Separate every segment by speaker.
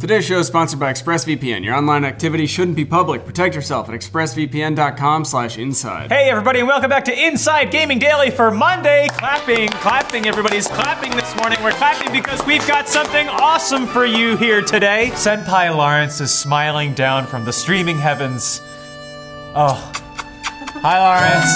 Speaker 1: Today's show is sponsored by ExpressVPN. Your online activity shouldn't be public. Protect yourself at expressvpn.com/inside.
Speaker 2: Hey, everybody, and welcome back to Inside Gaming Daily for Monday. Clapping, clapping, everybody's clapping this morning. We're clapping because we've got something awesome for you here today. Senpai Lawrence is smiling down from the streaming heavens. Oh. Hi, Lawrence.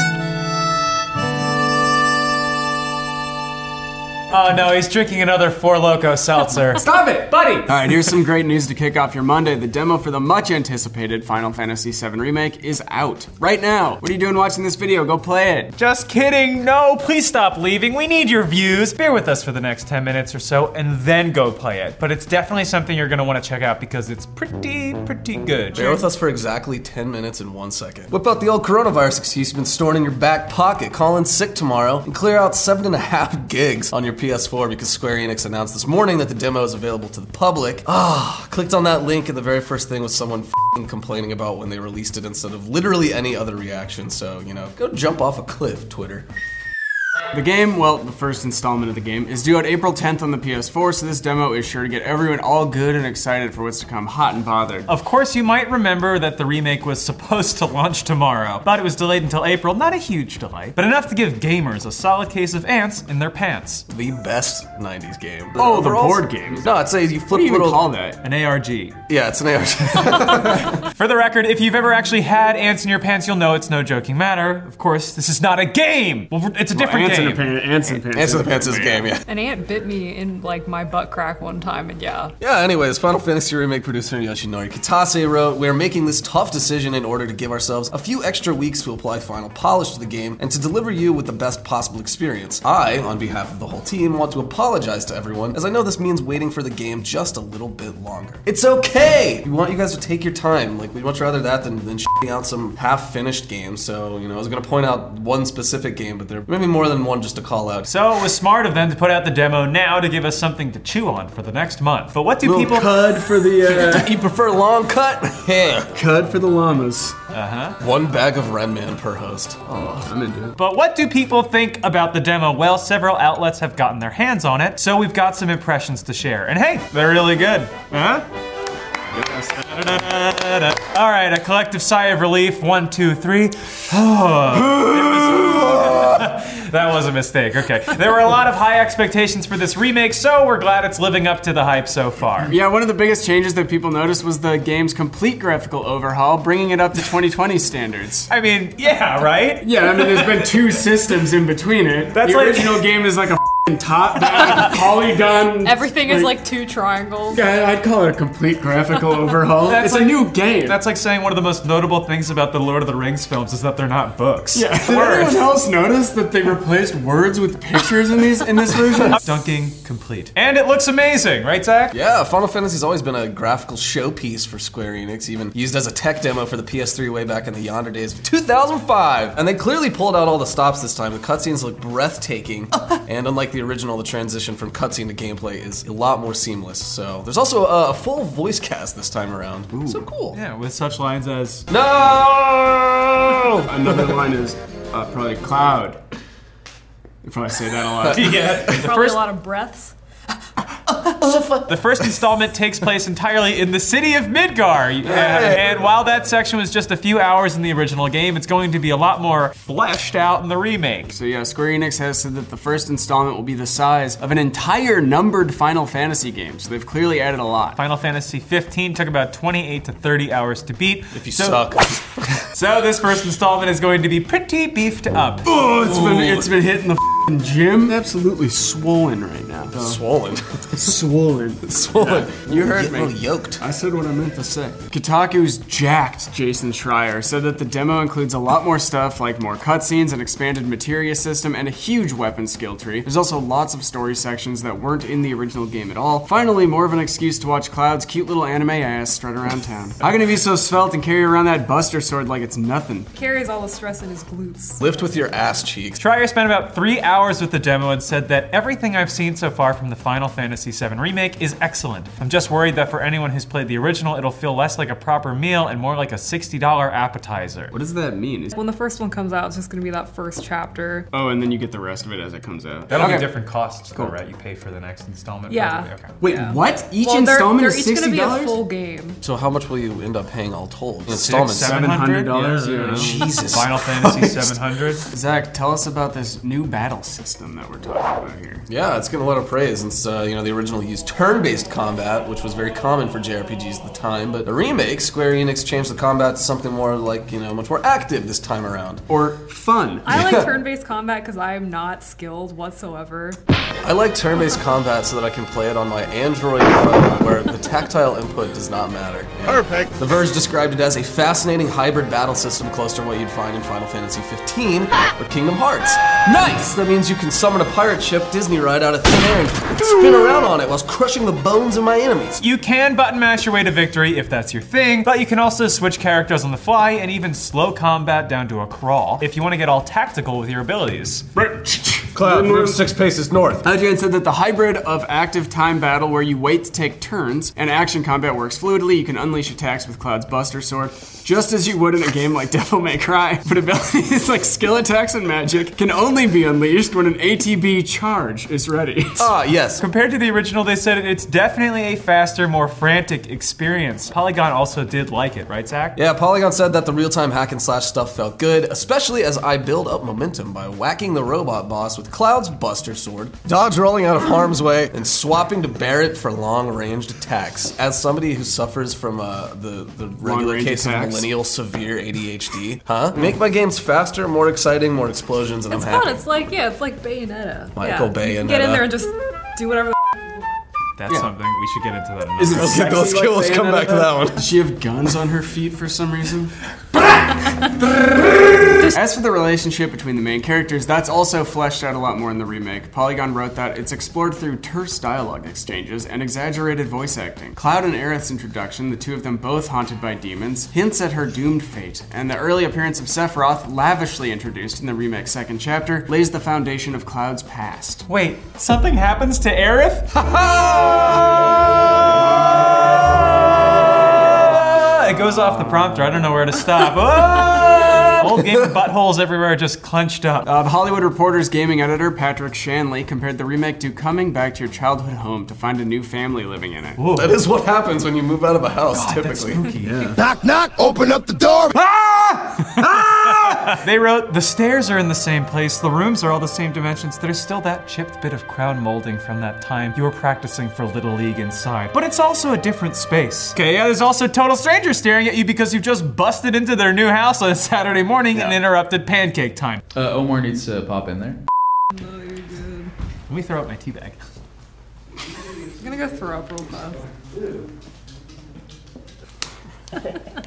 Speaker 2: Oh no, he's drinking another Four Loco seltzer.
Speaker 1: Stop it!
Speaker 2: Buddy!
Speaker 1: All right, here's some great news to kick off your Monday. The demo for the much anticipated Final Fantasy VII Remake is out right now. What are you doing watching this video? Go play it.
Speaker 2: Just kidding. No, please stop leaving. We need your views. Bear with us for the next 10 minutes or so and then go play it. But it's definitely something you're going to want to check out because it's pretty, pretty good.
Speaker 3: Bear with us for exactly 10 minutes and one second. Whip out the old coronavirus excuse you've been storing in your back pocket, call in sick tomorrow, and clear out seven and a half gigs on your PS4 because Square Enix announced this morning that the demo is available to the public. Ah, clicked on that link, and the very first thing was someone fing complaining about when they released it instead of literally any other reaction. So, you know, go jump off a cliff, Twitter.
Speaker 1: The game, well, the first installment of the game, is due out April 10th on the PS4, so this demo is sure to get everyone all good and excited for what's to come, hot and bothered.
Speaker 2: Of course, you might remember that the remake was supposed to launch tomorrow, but it was delayed until April. Not a huge delay, but enough to give gamers a solid case of ants in their pants.
Speaker 3: The best 90s game.
Speaker 1: Oh, the board game.
Speaker 3: No, it's a you
Speaker 1: What
Speaker 3: flip
Speaker 1: do you even
Speaker 3: little.
Speaker 1: call that?
Speaker 2: An ARG.
Speaker 3: Yeah, it's an ARG.
Speaker 2: For the record, if you've ever actually had ants in your pants, you'll know it's no joking matter. Of course, this is not a game. Well, it's a different
Speaker 1: Ants in
Speaker 2: game.
Speaker 1: a pan, ants in a pan.
Speaker 3: Answer the Pants is a game, yeah.
Speaker 4: An ant bit me in like my butt crack one time, and yeah.
Speaker 3: Yeah, anyways, Final Fantasy Remake producer Yoshinori Kitase wrote, We're making this tough decision in order to give ourselves a few extra weeks to apply final polish to the game and to deliver you with the best possible experience. I, on behalf of the whole team, want to apologize to everyone, as I know this means waiting for the game just a little bit longer. It's okay! We want you guys to take your time. Like, we'd much rather that than, than shitting out some half finished game. So, you know, I was gonna point out one specific game, but there may be more than one just to call out.
Speaker 2: So it was smart of them to put out the demo now to give us something to chew on for the next month. But what do
Speaker 3: Little
Speaker 2: people?
Speaker 3: cud
Speaker 1: For the, uh,
Speaker 3: you prefer long cut? Yeah.
Speaker 1: cud for the llamas.
Speaker 3: One bag of Red Man per host.
Speaker 1: I'm into it.
Speaker 2: But what do people think about the demo? Well, several outlets have gotten their hands on it, so we've got some impressions to share. And hey, they're really good. Huh? All right, a collective sigh of relief. One, two, three. That was a mistake. Okay. There were a lot of high expectations for this remake, so we're glad it's living up to the hype so far.
Speaker 1: Yeah, one of the biggest changes that people noticed was the game's complete graphical overhaul, bringing it up to 2020 standards.
Speaker 2: I mean, yeah, right?
Speaker 1: Yeah, I mean, there's been two systems in between it.
Speaker 2: That's
Speaker 1: the
Speaker 2: like-
Speaker 1: original game is like a f***ing top down polygon.
Speaker 4: Everything is like two triangles.
Speaker 1: Yeah, I'd call it a complete graphical overhaul.
Speaker 2: That's
Speaker 1: it's
Speaker 2: like-
Speaker 1: a new game.
Speaker 2: That's like saying one of the most notable things about the Lord of the Rings films is that they're not books.
Speaker 1: yeah. Did
Speaker 2: Words.
Speaker 1: anyone else notice that they replaced words with pictures in these in this version?
Speaker 2: Dunking complete. And it looks amazing, right, Zach?
Speaker 3: Yeah, Final Fantasy's always been a graphical showpiece for Square Enix, even used as a tech demo for the PS3 way back in the yonder days of 2005. And they clearly pulled out all the stops this time. The cutscenes look breathtaking, and unlike the original, the transition from cutscene to gameplay is a lot more seamless. So there's also a, a full voice cast this time around. So cool.
Speaker 2: Yeah, with such lines as
Speaker 3: No!
Speaker 1: Another line is uh, probably cloud. They probably say that a lot.
Speaker 2: yeah.
Speaker 4: Probably
Speaker 2: first-
Speaker 4: a lot of breaths.
Speaker 2: The first installment takes place entirely in the city of Midgar. Yeah. And while that section was just a few hours in the original game, it's going to be a lot more fleshed out in the remake.
Speaker 1: So yeah, Square Enix has said that the first installment will be the size of an entire numbered Final Fantasy game. So they've clearly added a lot.
Speaker 2: Final Fantasy 15 took about 28 to 30 hours to beat. If
Speaker 3: You suck.
Speaker 2: So this first installment is going to be pretty beefed up.
Speaker 1: Oh, it's been it's been hitting the fing gym. Absolutely swollen right now.
Speaker 3: Swollen.
Speaker 1: swollen.
Speaker 3: Swollen.
Speaker 1: You heard
Speaker 3: Little
Speaker 1: me.
Speaker 3: yoked.
Speaker 1: I said what I meant to say. Kotaku's jacked Jason Schreier said that the demo includes a lot more stuff like more cutscenes, an expanded materia system, and a huge weapon skill tree. There's also lots of story sections that weren't in the original game at all. Finally, more of an excuse to watch Cloud's cute little anime ass strut around town. How can he be so svelte and carry around that buster sword like it's nothing?
Speaker 4: Carries all the stress in his glutes.
Speaker 3: Lift with your ass cheeks.
Speaker 2: Trier spent about three hours with the demo and said that everything I've seen so far from the Final Fantasy VII Remake is excellent. I'm just worried that for anyone who's played the original, it'll feel less like a proper meal and more like a $60 appetizer.
Speaker 1: What does that mean? Is-
Speaker 4: When the first one comes out, it's just gonna be that first chapter.
Speaker 1: Oh, and then you get the rest of it as it comes out.
Speaker 2: That'll
Speaker 1: Okay.
Speaker 2: be different costs,
Speaker 1: Cool.
Speaker 2: though, right? You pay for the next installment.
Speaker 4: Yeah.
Speaker 2: probably. Okay.
Speaker 1: Wait,
Speaker 4: Yeah.
Speaker 1: what? Each
Speaker 4: well, they're,
Speaker 1: installment
Speaker 4: they're
Speaker 1: is
Speaker 4: each
Speaker 1: sixty
Speaker 4: gonna be a full
Speaker 1: dollars.
Speaker 4: game.
Speaker 3: So how much will you end up paying all told? in
Speaker 2: Six,
Speaker 3: Installments.
Speaker 2: seven hundred
Speaker 1: $700,
Speaker 2: Yeah,
Speaker 1: yeah.
Speaker 3: Jesus
Speaker 2: Final Fantasy seven hundred.
Speaker 1: Zach, tell us about this new battle system that we're talking about here.
Speaker 3: Yeah, it's getting a lot of praise since uh, you know the original used turn-based combat, which was very common for JRPGs at the time. But the remake, Square Enix changed the combat to something more like you know much more active this time around.
Speaker 1: Or fun.
Speaker 4: I like turn-based combat because I am not skilled whatsoever.
Speaker 3: I like turn-based combat so that I can play it on my Android phone, where the tactile input does not matter.
Speaker 5: Perfect.
Speaker 3: The Verge described it as a fascinating hybrid battle system close to what you'd find in Final Fantasy 15 or Kingdom Hearts. Nice! That means you can summon a pirate ship Disney ride out of thin air and spin around on it whilst crushing the bones of my enemies.
Speaker 2: You can button mash your way to victory if that's your thing, but you can also switch characters on the fly and even slow combat down to a crawl if you want to get all tactical with your abilities.
Speaker 3: Cloud, move six paces north.
Speaker 1: Adrian said that the hybrid of active time battle, where you wait to take turns, and action combat works fluidly. You can unleash attacks with Cloud's Buster Sword, just as you would in a game like Devil May Cry. But abilities like skill attacks and magic can only be unleashed when an ATB charge is ready.
Speaker 3: Ah, yes.
Speaker 2: Compared to the original, they said it's definitely a faster, more frantic experience. Polygon also did like it, right, Zach?
Speaker 3: Yeah, Polygon said that the real-time hack and slash stuff felt good, especially as I build up momentum by whacking the robot boss with Cloud's Buster Sword, dodge rolling out of harm's way, and swapping to Barret for long-ranged attacks. As somebody who suffers from uh, the the regular
Speaker 1: Long-range
Speaker 3: case
Speaker 1: attacks?
Speaker 3: of millennial severe ADHD, huh? Make my games faster, more exciting, more explosions, and
Speaker 4: It's
Speaker 3: I'm happy.
Speaker 4: fun. It's like yeah, it's like Bayonetta.
Speaker 3: Michael
Speaker 4: yeah. You can Get
Speaker 3: Bayonetta.
Speaker 4: in there and just do whatever. The
Speaker 2: That's something we should get into that. Another
Speaker 1: Is it
Speaker 3: Let's get
Speaker 1: sexy
Speaker 3: those
Speaker 1: like
Speaker 3: kills. Come
Speaker 1: Bayonetta,
Speaker 3: back to
Speaker 1: though?
Speaker 3: that one.
Speaker 1: Does she have guns on her feet for some reason? As for the relationship between the main characters, that's also fleshed out a lot more in the remake. Polygon wrote that it's explored through terse dialogue exchanges and exaggerated voice acting. Cloud and Aerith's introduction, the two of them both haunted by demons, hints at her doomed fate, and the early appearance of Sephiroth, lavishly introduced in the remake's second chapter, lays the foundation of Cloud's past.
Speaker 2: Wait, something happens to Aerith? it goes off the prompter. I don't know where to stop. Ah! Old game buttholes everywhere just clenched up.
Speaker 1: Uh, the Hollywood Reporter's gaming editor, Patrick Shanley, compared the remake to coming back to your childhood home to find a new family living in it.
Speaker 3: That is what happens when you move out of a house,
Speaker 2: That's
Speaker 3: typically.
Speaker 2: spooky.
Speaker 5: Knock, knock. Open up the door.
Speaker 2: They wrote, the stairs are in the same place, the rooms are all the same dimensions, there's still that chipped bit of crown molding from that time you were practicing for Little League inside. But it's also a different space. Okay, yeah, there's also total strangers staring at you because you've just busted into their new house on a Saturday morning and interrupted pancake time.
Speaker 6: Uh, Omar needs to pop in there.
Speaker 2: Let me throw out my tea bag.
Speaker 4: I'm gonna go throw up real fast.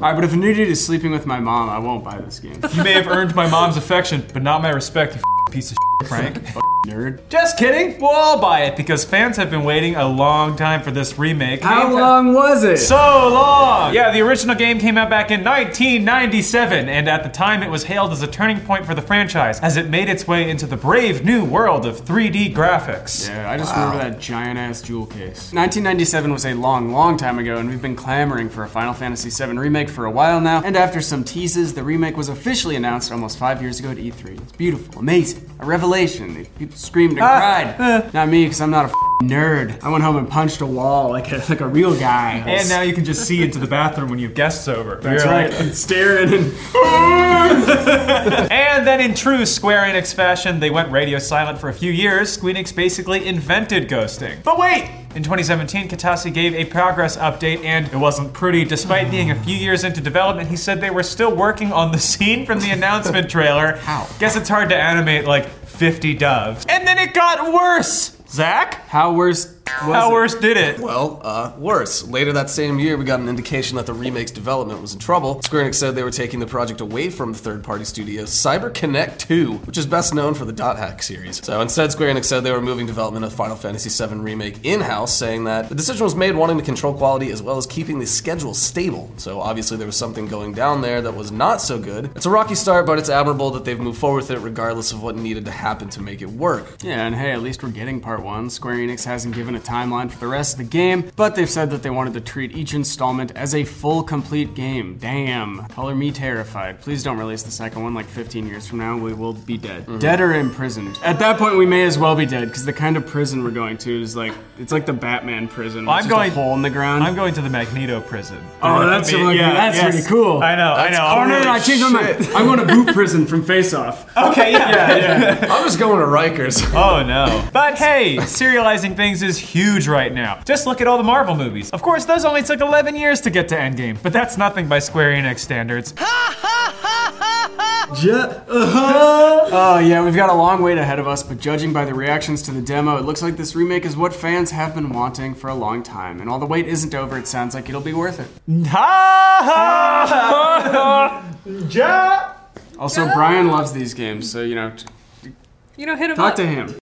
Speaker 1: Alright, but if nudity is sleeping with my mom, I won't buy this game.
Speaker 2: You may have earned my mom's affection, but not my respect, you f***ing piece of shit, Frank.
Speaker 1: Nerd.
Speaker 2: Just kidding, we'll all buy it because fans have been waiting a long time for this remake.
Speaker 1: How long was it?
Speaker 2: So long! Yeah, the original game came out back in 1997, and at the time it was hailed as a turning point for the franchise as it made its way into the brave new world of 3D graphics.
Speaker 1: yeah, I just remember that giant ass jewel case. 1997 was a long, long time ago, and we've been clamoring for a Final Fantasy VII remake for a while now. And after some teases, the remake was officially announced almost five years ago at E3. It's beautiful, amazing, a revelation. People screamed and cried. Not me, because I'm not a f***ing nerd. I went home and punched a wall like a, like a real guy.
Speaker 2: And now you can just see into the bathroom when you have guests over.
Speaker 1: That's
Speaker 2: You're like,
Speaker 1: right. and staring and
Speaker 2: And then, in true Square Enix fashion, they went radio silent for a few years. Square Enix basically invented ghosting. But wait! In 2017, Katase gave a progress update, and it wasn't pretty. Despite being a few years into development, he said they were still working on the scene from the announcement trailer.
Speaker 1: How?
Speaker 2: Guess it's hard to animate like 50 doves. And then it got worse! Zach?
Speaker 1: how worse?
Speaker 2: How worse did it?
Speaker 3: Well, uh, worse. Later that same year, we got an indication that the remake's development was in trouble. Square Enix said they were taking the project away from the third-party studio Cyber Connect 2, which is best known for the Dot Hack series. So instead, Square Enix said they were moving development of Final Fantasy VII Remake in-house, saying that the decision was made wanting to control quality as well as keeping the schedule stable. So obviously there was something going down there that was not so good. It's a rocky start, but it's admirable that they've moved forward with it regardless of what needed to happen to make it work.
Speaker 1: Yeah, and hey, at least we're getting part one. Square Enix hasn't given a timeline for the rest of the game, but they've said that they wanted to treat each installment as a full, complete game. Damn. Color me terrified. Please don't release the second one like 15 years from now. We will be dead.
Speaker 2: Mm-hmm.
Speaker 1: Dead or imprisoned. At that point, we may as well be dead, because the kind of prison we're going to is like, it's like the Batman prison.
Speaker 2: I'm
Speaker 1: It's just
Speaker 2: going-
Speaker 1: a hole in the ground.
Speaker 2: I'm going to the Magneto prison.
Speaker 1: Oh, that's
Speaker 2: I mean,
Speaker 1: really-
Speaker 2: yeah,
Speaker 1: that's
Speaker 2: yes.
Speaker 1: pretty cool.
Speaker 2: I know,
Speaker 3: That's
Speaker 2: I
Speaker 1: Oh,
Speaker 2: know.
Speaker 1: no, no, I changed my mind. I'm going to boot prison from Face Off.
Speaker 2: Okay, yeah, yeah,
Speaker 3: I'm just going to Rikers.
Speaker 2: Oh no. But hey, serializing things is huge right now. Just look at all the Marvel movies. Of course, those only took 11 years to get to Endgame, but that's nothing by Square Enix standards.
Speaker 1: Oh, yeah, we've got a long wait ahead of us, but judging by the reactions to the demo, it looks like this remake is what fans have been wanting for a long time. And all the wait isn't over, it sounds like it'll be worth it. Also, Brian loves these games, so, you know, t-
Speaker 4: You know, hit him
Speaker 1: talk
Speaker 4: up.
Speaker 1: to him.